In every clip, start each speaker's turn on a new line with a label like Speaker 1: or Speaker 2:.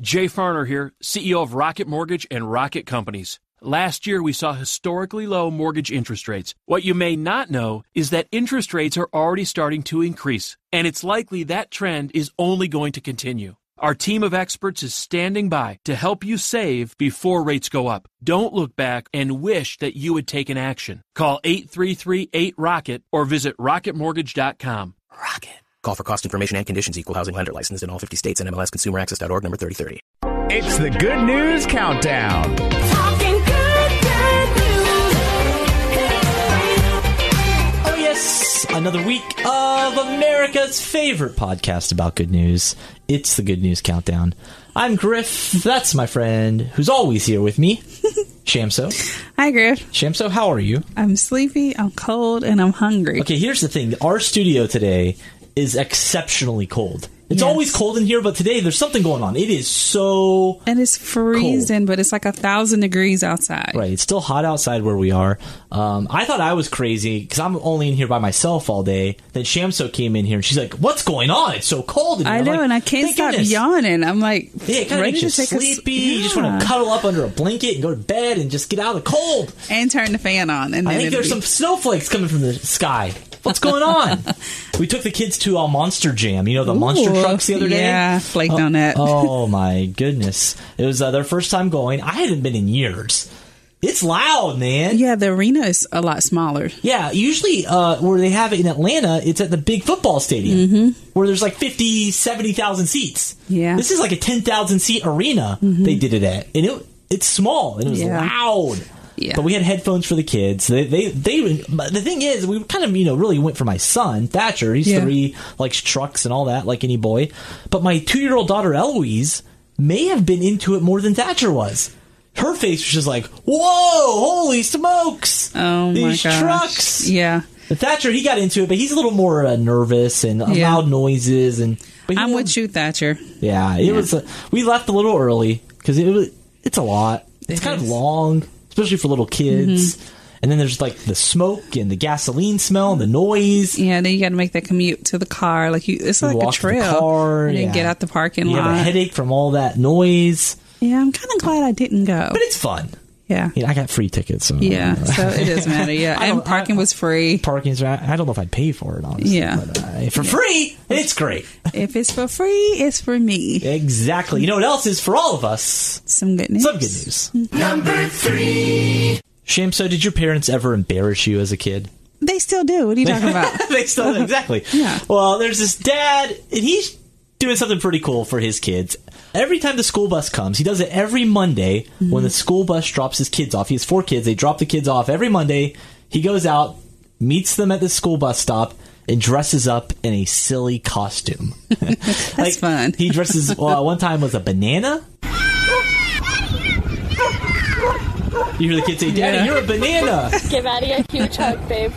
Speaker 1: Jay Farner here, CEO of Rocket Mortgage and Rocket Companies. Last year, we saw historically low mortgage interest rates. What you may not know is that interest rates are already starting to increase, and it's likely that trend is only going to continue. Our team of experts is standing by to help you save before rates go up. Don't look back and wish that you had taken action. Call 8338-ROCKET or visit rocketmortgage.com.
Speaker 2: Rocket. Call for cost information and conditions. Equal housing lender licensed in all 50 states and MLSConsumerAccess.org number 3030.
Speaker 3: It's the Good News Countdown.
Speaker 4: Talking good, good news.
Speaker 5: Oh, yes, another week of America's favorite podcast about good news. It's the Good News Countdown. I'm Griff. That's my friend who's always here with me, Shamso.
Speaker 6: Hi, Griff.
Speaker 5: Shamso, how are you?
Speaker 6: I'm sleepy, I'm cold, and I'm hungry.
Speaker 5: Okay, here's the thing our studio today is exceptionally cold. It's
Speaker 6: Yes.
Speaker 5: always cold in here, but today there's something going on. It is so
Speaker 6: And it's freezing, but it's like a thousand degrees outside.
Speaker 5: Right. It's still hot outside where we are. Um, I thought I was crazy because I'm only in here by myself all day. Then Shamso came in here and she's like, "What's going on? It's so cold." in here."
Speaker 6: I
Speaker 5: I'm
Speaker 6: know,
Speaker 5: like,
Speaker 6: and I can't
Speaker 5: "Thank
Speaker 6: stop
Speaker 5: goodness."
Speaker 6: yawning. I'm like
Speaker 5: Yeah, it kind of
Speaker 6: ready
Speaker 5: makes you
Speaker 6: to take
Speaker 5: sleepy.
Speaker 6: a s-
Speaker 5: You just want to
Speaker 6: Yeah.
Speaker 5: cuddle up under a blanket and go to bed and just get out of the cold.
Speaker 6: and turn the fan on, and then
Speaker 5: I think
Speaker 6: it'll
Speaker 5: there's
Speaker 6: be-
Speaker 5: some snowflakes coming from the sky. What's going on? we took the kids to a Monster Jam. You know the monster
Speaker 6: Ooh,
Speaker 5: trucks the other day.
Speaker 6: Yeah, flaked on that.
Speaker 5: oh my goodness! It was uh, their first time going. I hadn't been in years. It's loud, man.
Speaker 6: Yeah, the arena is a lot smaller.
Speaker 5: Yeah, usually uh, where they have it in Atlanta, it's at the big football stadium where there's like 50, 70,000 seats.
Speaker 6: Mm-hmm. Yeah. Mm-hmm.
Speaker 5: This is like a 10,000 seat arena they did it at. And it it's small and it was
Speaker 6: Yeah.
Speaker 5: loud.
Speaker 6: Yeah.
Speaker 5: But we had headphones for the kids. They, they, they, but the thing is, we kind of, you know, really went for my son, Thatcher. He's
Speaker 6: Yeah.
Speaker 5: three, likes trucks and all that, like any boy. But my two year old daughter, Eloise, may have been into it more than Thatcher was. Her face was just like, whoa, holy smokes.
Speaker 6: Oh my
Speaker 5: These
Speaker 6: gosh.
Speaker 5: trucks.
Speaker 6: Yeah,
Speaker 5: But Thatcher, he got into it, but he's a little more uh, nervous and uh,
Speaker 6: Yeah.
Speaker 5: loud noises. And but he-
Speaker 6: I'm with you, Thatcher.
Speaker 5: Yeah, it was. Uh, we left a little early because it was. It's a lot. It's
Speaker 6: It
Speaker 5: kind of
Speaker 6: is. Mm-hmm.
Speaker 5: long, especially for little kids. And then there's like the smoke and the gasoline smell and the noise.
Speaker 6: Yeah, then you got to make that commute to the car. Like you, it's like a
Speaker 5: walk to the
Speaker 6: trail.
Speaker 5: car,
Speaker 6: and then
Speaker 5: yeah.
Speaker 6: get out the parking
Speaker 5: You
Speaker 6: lot.
Speaker 5: have a headache from all that noise,
Speaker 6: Yeah, I'm kind of glad I didn't go.
Speaker 5: but it's fun.
Speaker 6: Yeah,
Speaker 5: You know, I got free tickets. So
Speaker 6: yeah. So it doesn't matter. Yeah,
Speaker 5: I
Speaker 6: and
Speaker 5: don't- I-
Speaker 6: parking was free.
Speaker 5: Parking's. I don't know if I'd pay for it, honestly.
Speaker 6: Yeah.
Speaker 5: But, uh, for free, it's great.
Speaker 6: If it's for free, it's for me.
Speaker 5: Exactly. You know what else is for all of us?
Speaker 6: Some good news.
Speaker 5: Some good news. Number three. Shamso, did your parents ever embarrass you as a kid?
Speaker 6: They still do. What are you talking about?
Speaker 5: they still exactly.
Speaker 6: Yeah.
Speaker 5: Well, there's this dad, and he's doing something pretty cool for his kids. Every time the school bus comes, he does it every Monday when the school bus drops his kids off. He has four kids. They drop the kids off every Monday. He goes out, meets them at the school bus stop, and dresses up in a silly costume. That's
Speaker 6: fun.
Speaker 5: He dresses. Well, one time was a banana. You hear the kids say, "Daddy,
Speaker 6: Yeah.
Speaker 5: you're a banana."
Speaker 7: Give Addie a huge hug, babe.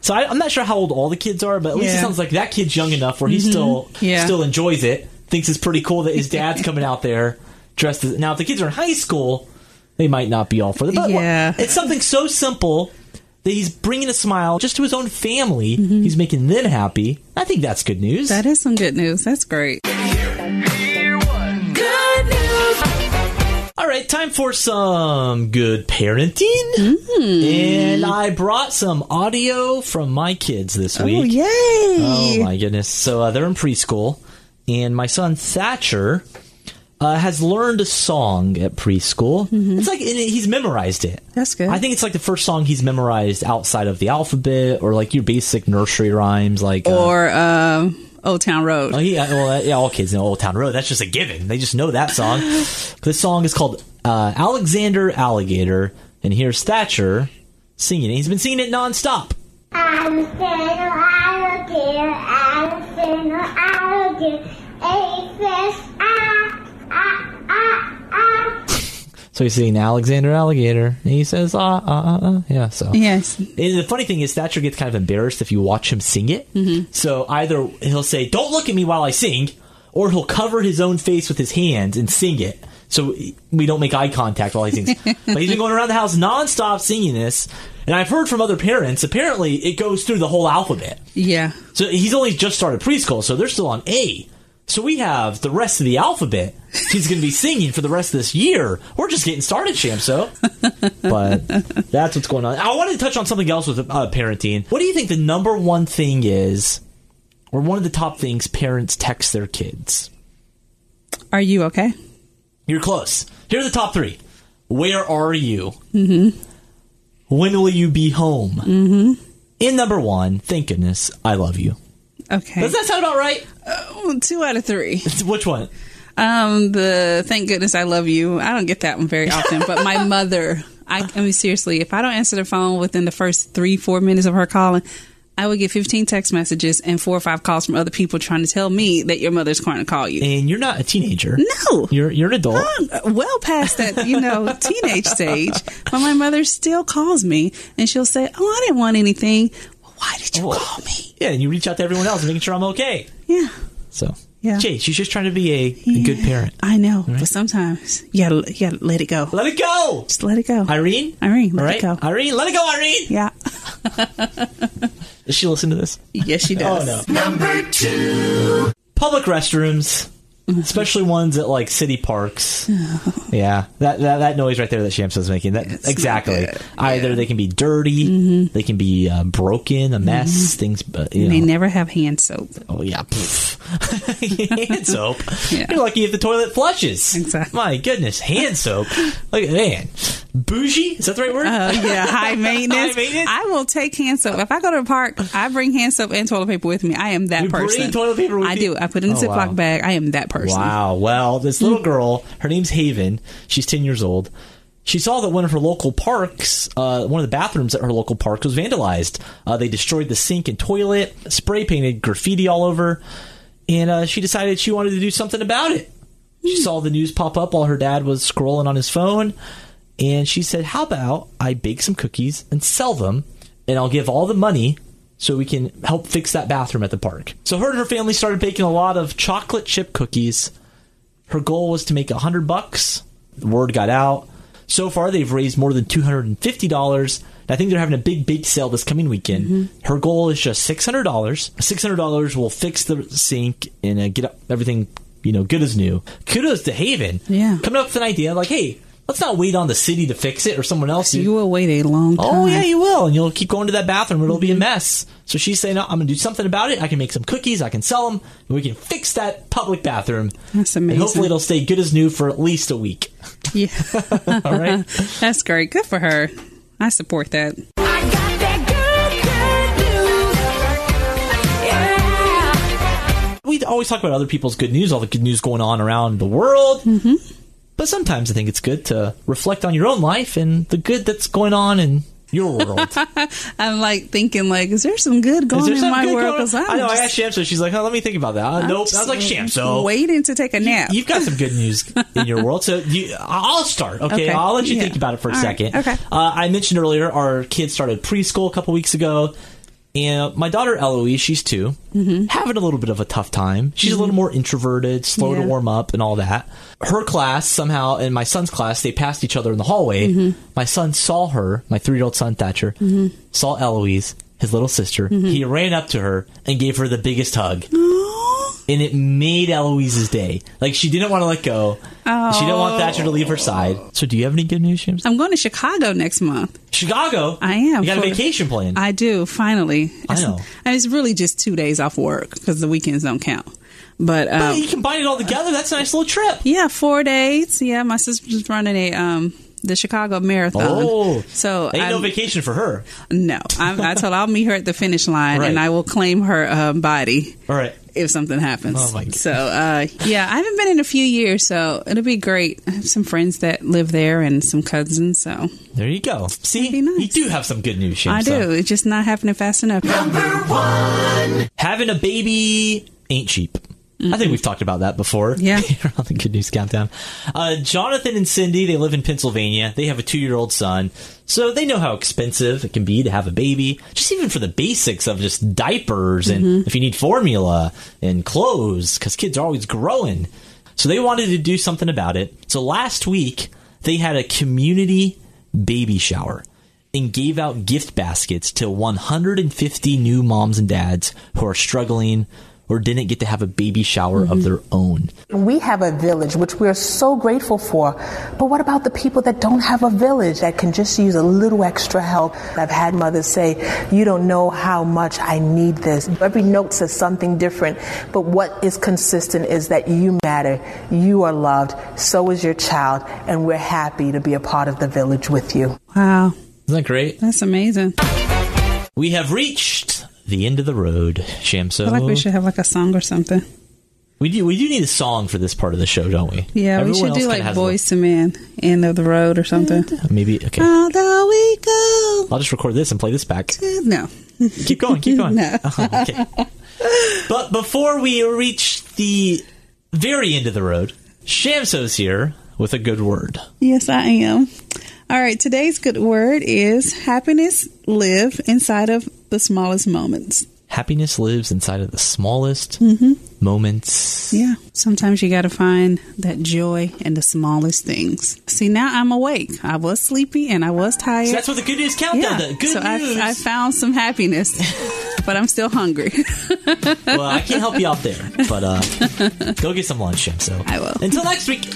Speaker 5: So I, I'm not sure how old all the kids are, but at least it
Speaker 6: Yeah. Mm-hmm.
Speaker 5: sounds like that kid's young enough where he still
Speaker 6: Yeah.
Speaker 5: still enjoys it. Thinks it's pretty cool that his dad's coming out there dressed as. Now, if the kids are in high school, they might not be all for the. But wha-
Speaker 6: Yeah.
Speaker 5: it's something so simple that he's bringing a smile just to his own family. He's making them happy. I think that's good news.
Speaker 6: Mm-hmm. that is some good news. That's great.
Speaker 4: Good news.
Speaker 5: all right, time for some good parenting.
Speaker 6: Hmm.
Speaker 5: And I brought some audio from my kids this week.
Speaker 6: Oh, yay!
Speaker 5: Oh my goodness! So uh, they're in preschool, and my son Thatcher uh, has learned a song at preschool. It's like and he's memorized it.
Speaker 6: Mm-hmm. That's good.
Speaker 5: I think it's like the first song he's memorized outside of the alphabet, or like your basic nursery rhymes, like uh,
Speaker 6: or um, Old Town Road.
Speaker 5: Oh yeah, well, uh, yeah, all kids know Old Town Road. That's just a given. They just know that song. this song is called uh, Alexander Alligator, and here's Thatcher singing it. He's been singing it nonstop.
Speaker 8: I'm oh, a sinner, alligator, I'm oh, a sinner, alligator. A fish, ah, ah, ah, ah.
Speaker 5: So he's singing Alexander Alligator, and he says, ah, ah, ah, ah. Yeah, so.
Speaker 6: Yes.
Speaker 5: And the funny thing is, Thatcher gets kind of embarrassed if you watch him sing it. Mm-hmm. So either he'll say, "Don't look at me while I sing," or he'll cover his own face with his hands and sing it, so we don't make eye contact while he sings. but he's been going around the house nonstop singing this, and I've heard from other parents. Apparently, it goes through the whole alphabet.
Speaker 6: Yeah.
Speaker 5: So he's only just started preschool, so they're still on A. So we have the rest of the alphabet. He's going to be singing for the rest of this year. We're just getting started, Shamso. But that's what's going on. I wanted to touch on something else with uh, parenting. What do you think the number one thing is, or one of the top things parents text their kids?
Speaker 6: Are you okay?
Speaker 5: You're close. Here are the top three. Where are you? Mm-hmm. When will you be home? Mm-hmm. In number one, thank goodness, I love you.
Speaker 6: Okay.
Speaker 5: Does that sound about right?
Speaker 6: Oh, two out of three.
Speaker 5: It's- Which one?
Speaker 6: Um, the thank goodness I love you. I don't get that one very often, but my mother, I, I mean, seriously, if I don't answer the phone within the first three, four minutes of her calling, I would get 15 text messages and four or five calls from other people trying to tell me that your mother's trying to call you.
Speaker 5: And you're not a teenager.
Speaker 6: No.
Speaker 5: You're you're an adult.
Speaker 6: I'm well past that, you know, teenage stage. But my mother still calls me and she'll say, Oh, I didn't want anything. Well, why did you
Speaker 5: Oh.
Speaker 6: call me?
Speaker 5: Yeah, and you reach out to everyone else, making sure I'm okay.
Speaker 6: Yeah.
Speaker 5: So,
Speaker 6: Yeah.
Speaker 5: Jay, she's just trying to be a, a good parent.
Speaker 6: I know, but sometimes you gotta, you gotta let it go.
Speaker 5: Let it go,
Speaker 6: Just let it go.
Speaker 5: Irene.
Speaker 6: Irene, let
Speaker 5: All right?
Speaker 6: it go.
Speaker 5: Irene, let it go, Irene.
Speaker 6: yeah.
Speaker 5: Does she listen to this?
Speaker 6: Yes, she does.
Speaker 5: Oh, no. Number two. Public restrooms,
Speaker 6: Mm-hmm.
Speaker 5: especially ones at like city parks. yeah, that, that that noise right there that Shamsa's making. That
Speaker 6: not
Speaker 5: exactly.
Speaker 6: good.
Speaker 5: Either they can be dirty,
Speaker 6: Mm-hmm.
Speaker 5: they can be uh, broken, a mess, things. Uh, you
Speaker 6: And they
Speaker 5: know.
Speaker 6: never have hand soap.
Speaker 5: Oh yeah, pff. hand soap.
Speaker 6: Yeah.
Speaker 5: You're lucky if the toilet flushes.
Speaker 6: Exactly.
Speaker 5: My goodness, hand soap. Like man, bougie. Is that the right word?
Speaker 6: Uh, yeah, high maintenance.
Speaker 5: High maintenance?
Speaker 6: I will take hand soap. If I go to the park, I bring hand soap and toilet paper with me. I am that
Speaker 5: You bring
Speaker 6: person.
Speaker 5: toilet paper with
Speaker 6: I
Speaker 5: you?
Speaker 6: do. I put it in a
Speaker 5: Oh,
Speaker 6: Ziploc
Speaker 5: wow.
Speaker 6: bag. I am that person.
Speaker 5: Wow. Well, this little
Speaker 6: Mm.
Speaker 5: girl, her name's Haven. She's 10 years old. She saw that one of her local parks, uh, one of the bathrooms at her local park was vandalized. Uh, they destroyed the sink and toilet, spray painted graffiti all over, and uh, she decided she wanted to do something about it. She saw the news pop up while her dad was scrolling on his phone, and she said, How about I bake some cookies and sell them, and I'll give all the money so we can help fix that bathroom at the park. So her and her family started baking a lot of chocolate chip cookies. Her goal was to make a hundred bucks. The word got out. So far, they've raised more than two hundred and fifty dollars. I think they're having a big bake sale this coming weekend.
Speaker 6: Mm-hmm.
Speaker 5: Her goal is just six hundred dollars. Six hundred dollars will fix the sink and uh, get everything you know good as new. Kudos to Haven.
Speaker 6: Yeah.
Speaker 5: coming up with an idea like, hey, let's not wait on the city to fix it or someone else.
Speaker 6: You will wait a long time.
Speaker 5: Oh yeah, you will, and you'll keep going to that bathroom. It'll be a mess. So she's saying, "I'm going to do something about it. I can make some cookies. I can sell them, and we can fix that public bathroom.
Speaker 6: That's amazing.
Speaker 5: And hopefully, it'll stay good as new for at least a week.
Speaker 6: Yeah.
Speaker 5: All right.
Speaker 6: That's great. Good for her. I support that.
Speaker 4: I got that good, good news. Yeah.
Speaker 5: we always talk about other people's good news, all the good news going on around the world. Mm-hmm. But sometimes I think it's good to reflect on your own life and the good that's going on in your world.
Speaker 6: I'm like thinking, like, is there some good going in
Speaker 5: something
Speaker 6: my
Speaker 5: good
Speaker 6: world?
Speaker 5: going on? I know.
Speaker 6: just-
Speaker 5: I asked Shamso. She's like, oh, "Let me think about that." Uh,
Speaker 6: I'm
Speaker 5: nope. I was
Speaker 6: just
Speaker 5: like, "Shamso,
Speaker 6: waiting to take a nap.
Speaker 5: You've got some good news in your world, so you, I'll start. Okay,
Speaker 6: Okay.
Speaker 5: I'll let you
Speaker 6: Yeah.
Speaker 5: think about it for a
Speaker 6: All right.
Speaker 5: second.
Speaker 6: Okay.
Speaker 5: Uh, I mentioned earlier our kids started preschool a couple weeks ago, and my daughter Eloise, she's 2
Speaker 6: Mm-hmm.
Speaker 5: having a little bit of a tough time. She's a little more introverted, slow to
Speaker 6: Yeah.
Speaker 5: warm up, and all that. Her class somehow, and my son's class, they passed each other in the hallway.
Speaker 6: Mm-hmm.
Speaker 5: My son saw her, my three-year-old son Thatcher, saw Eloise. His little sister,
Speaker 6: Mm-hmm.
Speaker 5: he ran up to her and gave her the biggest hug and it made Eloise's day. Like she didn't want to let go. She didn't want Thatcher to leave her side. So, do you have any good news, James?
Speaker 6: I'm going to Chicago next month.
Speaker 5: Chicago.
Speaker 6: I am.
Speaker 5: You got a
Speaker 6: For-
Speaker 5: vacation plan.
Speaker 6: I do finally.
Speaker 5: I know.
Speaker 6: And it's really just two days off work because the weekends don't count. But um,
Speaker 5: Hey, you combine it all together. That's a nice little trip.
Speaker 6: Yeah, four days. Yeah, my sister's running a um the Chicago Marathon.
Speaker 5: Oh,
Speaker 6: so
Speaker 5: ain't no
Speaker 6: I'm-
Speaker 5: vacation for her.
Speaker 6: no, I'm, I told her I'll meet her at the finish line
Speaker 5: Right.
Speaker 6: and I will claim her um, body
Speaker 5: All right.
Speaker 6: if something happens.
Speaker 5: Oh, my God.
Speaker 6: So uh, yeah, I haven't been in a few years, so it'll be great. I have some friends that live there and some cousins, so
Speaker 5: There you go. See,
Speaker 6: be nice.
Speaker 5: you do have some good news, James.
Speaker 6: I do.
Speaker 5: so.
Speaker 6: It's just not happening fast enough.
Speaker 5: Having a baby ain't cheap. I think we've talked about that before.
Speaker 6: Yeah.
Speaker 5: Here on the Good News Countdown. Uh, Jonathan and Cindy, they live in Pennsylvania. They have a two year old son. So they know how expensive it can be to have a baby, just even for the basics of just diapers and if you need formula and clothes, because kids are always growing. So they wanted to do something about it. So last week, they had a community baby shower and gave out gift baskets to 150 new moms and dads who are struggling or didn't get to have a baby shower of their own.
Speaker 9: We have a village, which we are so grateful for. But what about the people that don't have a village that can just use a little extra help? I've had mothers say, You don't know how much I need this. Every note says something different. But what is consistent is that you matter, you are loved, so is your child, and we're happy to be a part of the village with you.
Speaker 6: Wow.
Speaker 5: Isn't that great?
Speaker 6: That's amazing.
Speaker 5: We have reached the end of the road, Shamso.
Speaker 6: I like we should have like a song or something.
Speaker 5: We do. We do need a song for this part of the show, don't we?
Speaker 6: Yeah,
Speaker 5: Everyone
Speaker 6: we should
Speaker 5: else
Speaker 6: do
Speaker 5: kinda
Speaker 6: like
Speaker 5: has a little-
Speaker 6: Voice to Man, End of the Road or something.
Speaker 5: Maybe okay.
Speaker 6: Although we go.
Speaker 5: I'll just record this and play this back.
Speaker 6: to- No.
Speaker 5: Keep going. Keep going.
Speaker 6: No.
Speaker 5: Oh, okay. But before we reach the very end of the road, Shamso's here with a good word.
Speaker 6: Yes, I am. All right, today's good word is happiness live inside of the smallest moments.
Speaker 5: Happiness lives inside of the smallest moments.
Speaker 6: Mm-hmm. Yeah. Sometimes you got to find that joy in the smallest things. See, now I'm awake. I was sleepy and I was tired.
Speaker 5: So that's what the good news
Speaker 6: yeah.
Speaker 5: countdown does. Good
Speaker 6: so
Speaker 5: news.
Speaker 6: I, I found some happiness, but I'm still hungry.
Speaker 5: well, I can't help you out there, but uh, go get some lunch, Shamso.
Speaker 6: I will.
Speaker 5: Until next week.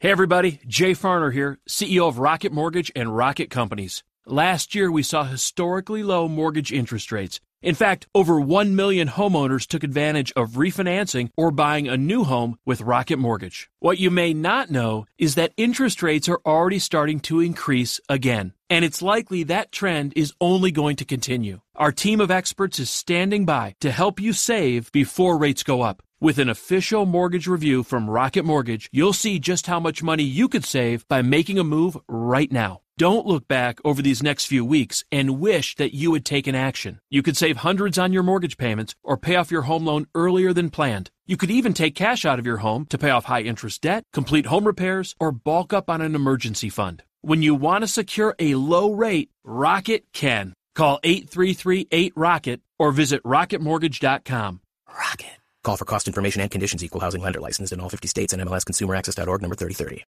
Speaker 1: Hey everybody, Jay Farner here, CEO of Rocket Mortgage and Rocket Companies. Last year we saw historically low mortgage interest rates. In fact, over 1 million homeowners took advantage of refinancing or buying a new home with Rocket Mortgage. What you may not know is that interest rates are already starting to increase again, and it's likely that trend is only going to continue. Our team of experts is standing by to help you save before rates go up. With an official mortgage review from Rocket Mortgage, you'll see just how much money you could save by making a move right now. Don't look back over these next few weeks and wish that you had taken action. You could save hundreds on your mortgage payments or pay off your home loan earlier than planned. You could even take cash out of your home to pay off high interest debt, complete home repairs, or bulk up on an emergency fund. When you want to secure a low rate, Rocket can. Call 8338-ROCKET or visit rocketmortgage.com.
Speaker 2: Call for cost information and conditions equal housing lender licensed in all 50 states and MLSconsumerAccess.org number 3030.